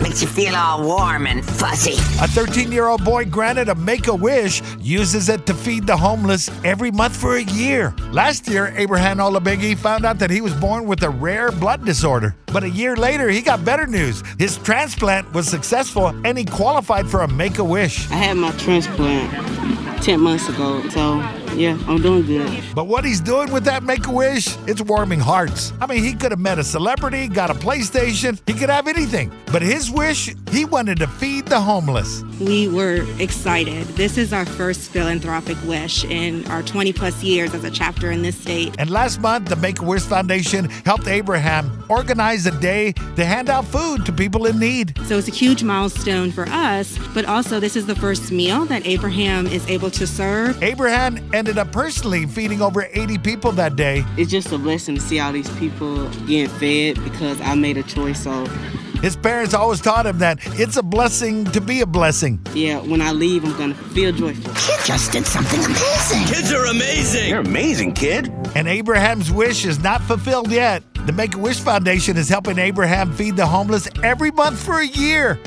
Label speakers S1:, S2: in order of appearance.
S1: Makes you feel all warm and fuzzy.
S2: A 13 year old boy granted a make a wish uses it to feed the homeless every month for a year. Last year, Abraham Olabigi found out that he was born with a rare blood disorder. But a year later, he got better news. His transplant was successful and he qualified for a make a wish.
S3: I had my transplant 10 months ago, so yeah, I'm doing good.
S2: But what he's doing with that make a wish, it's warming hearts. I mean, he could have met a celebrity, got a PlayStation, he could have anything. But his wish, he wanted to feed the homeless.
S4: We were excited. This is our first philanthropic wish in our 20 plus years as a chapter in this state.
S2: And last month, the Make a Wish Foundation helped Abraham organize a day to hand out food to people in need.
S4: So it's a huge milestone for us, but also this is the first meal that Abraham is able to serve.
S2: Abraham ended up personally feeding over 80 people that day.
S3: It's just a blessing to see all these people getting fed because I made a choice. So
S2: His parents always taught him that it's a blessing to be a blessing.
S3: yeah, when I leave, I'm gonna feel joyful.
S1: You just did something amazing.
S5: Kids are amazing. You're amazing, kid.
S2: And Abraham's wish is not fulfilled yet. The Make a Wish Foundation is helping Abraham feed the homeless every month for a year.